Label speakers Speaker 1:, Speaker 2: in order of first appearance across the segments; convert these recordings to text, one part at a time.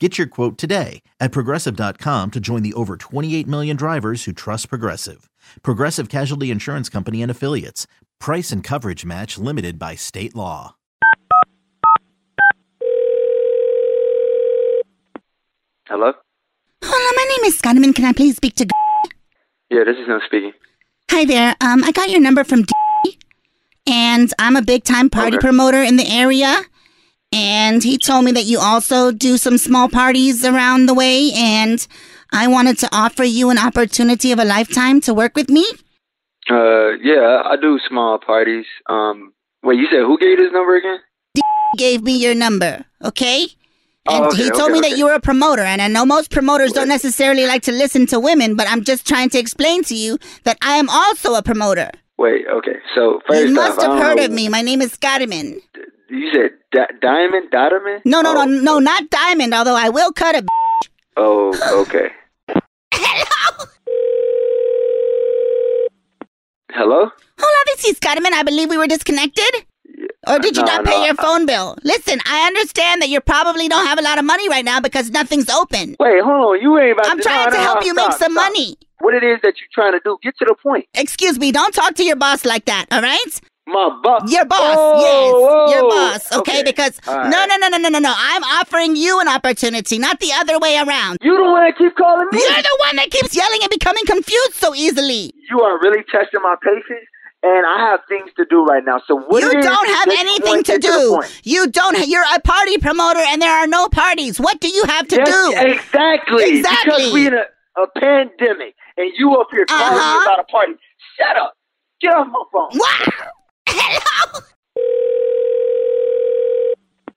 Speaker 1: Get your quote today at progressive.com to join the over 28 million drivers who trust Progressive. Progressive Casualty Insurance Company and Affiliates. Price and coverage match limited by state law.
Speaker 2: Hello?
Speaker 3: Hello, my name is Scottaman. Can I please speak to? G-
Speaker 2: Yeah, this is him speaking.
Speaker 3: Hi there. Um, I got your number from D, and I'm a big time party
Speaker 2: Okay.
Speaker 3: promoter in the area. And he told me that you also do some small parties around the way, and I wanted to offer you an opportunity of a lifetime to work with me.
Speaker 2: Uh, yeah, I do small parties. Um, wait, you said who gave you this number again?
Speaker 3: He gave me your number, okay? And
Speaker 2: Oh, okay,
Speaker 3: he told
Speaker 2: okay,
Speaker 3: me
Speaker 2: okay.
Speaker 3: that you were a promoter, and I know most promoters don't necessarily like to listen to women, but I'm just trying to explain to you that I am also a promoter.
Speaker 2: Wait, okay. So first
Speaker 3: you
Speaker 2: off,
Speaker 3: must
Speaker 2: I
Speaker 3: have
Speaker 2: don't
Speaker 3: heard
Speaker 2: know-
Speaker 3: of me. My name is Scottaman.
Speaker 2: You said di- diamond, diamond?
Speaker 3: No, no,
Speaker 2: oh.
Speaker 3: no, no, not diamond. Although I will cut a. b-
Speaker 2: Oh, okay.
Speaker 3: Hello,
Speaker 2: Hello?
Speaker 3: hold on, this is Scottman. I believe we were disconnected. Or did you
Speaker 2: No,
Speaker 3: not pay
Speaker 2: no,
Speaker 3: your
Speaker 2: I-
Speaker 3: phone bill? Listen, I understand that you probably don't have a lot of money right now because nothing's open.
Speaker 2: Wait, hold on. You ain't about.
Speaker 3: I'm
Speaker 2: to,
Speaker 3: trying
Speaker 2: no,
Speaker 3: to
Speaker 2: no,
Speaker 3: help
Speaker 2: no,
Speaker 3: you
Speaker 2: stop,
Speaker 3: make some
Speaker 2: stop.
Speaker 3: money.
Speaker 2: What it is that you trying to do? Get to the point.
Speaker 3: Excuse me, don't talk to your boss like that, all right?
Speaker 2: My boss.
Speaker 3: Your boss,
Speaker 2: Oh,
Speaker 3: yes, your
Speaker 2: whoa.
Speaker 3: boss, okay? Because
Speaker 2: All right.
Speaker 3: no, no, no, no, no, no, no. I'm offering you an opportunity, not the other way around.
Speaker 2: You the one that keep calling me.
Speaker 3: You're the one that keeps yelling and becoming confused so easily.
Speaker 2: You are really testing my patience, and I have things to do right now. So what?
Speaker 3: you
Speaker 2: it is,
Speaker 3: don't have
Speaker 2: just
Speaker 3: anything
Speaker 2: want
Speaker 3: to
Speaker 2: get the
Speaker 3: do.
Speaker 2: point.
Speaker 3: you don't. You're a party promoter, and there are no parties. What do you have to
Speaker 2: Yes,
Speaker 3: do?
Speaker 2: Exactly.
Speaker 3: Exactly.
Speaker 2: Because we in a, a pandemic and you up here calling me
Speaker 3: Uh-huh.
Speaker 2: about a party. Shut up. Get off my phone.
Speaker 3: Wow. Hello.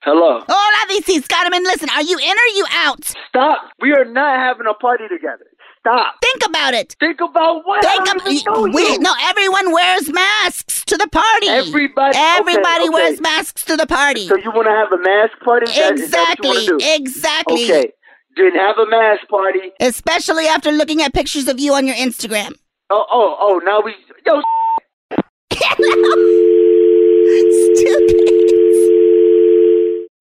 Speaker 2: Hello.
Speaker 3: Hola, VC Scottman. Listen, are you in or you out?
Speaker 2: Stop. We are not having a party together. Stop.
Speaker 3: Think about it.
Speaker 2: Think about what? I
Speaker 3: Think
Speaker 2: don't even know
Speaker 3: about. We
Speaker 2: you.
Speaker 3: no. Everyone wears masks to the party.
Speaker 2: Everybody- okay,
Speaker 3: Everybody
Speaker 2: okay.
Speaker 3: wears masks to the party.
Speaker 2: So you want to have a mask party? Is that- is that what
Speaker 3: exactly.
Speaker 2: you wanna do?
Speaker 3: Exactly.
Speaker 2: Okay. Then have a mask party.
Speaker 3: Especially after looking at pictures of you on your Instagram.
Speaker 2: Oh, oh, oh. Now we. Yo,
Speaker 3: Stupid.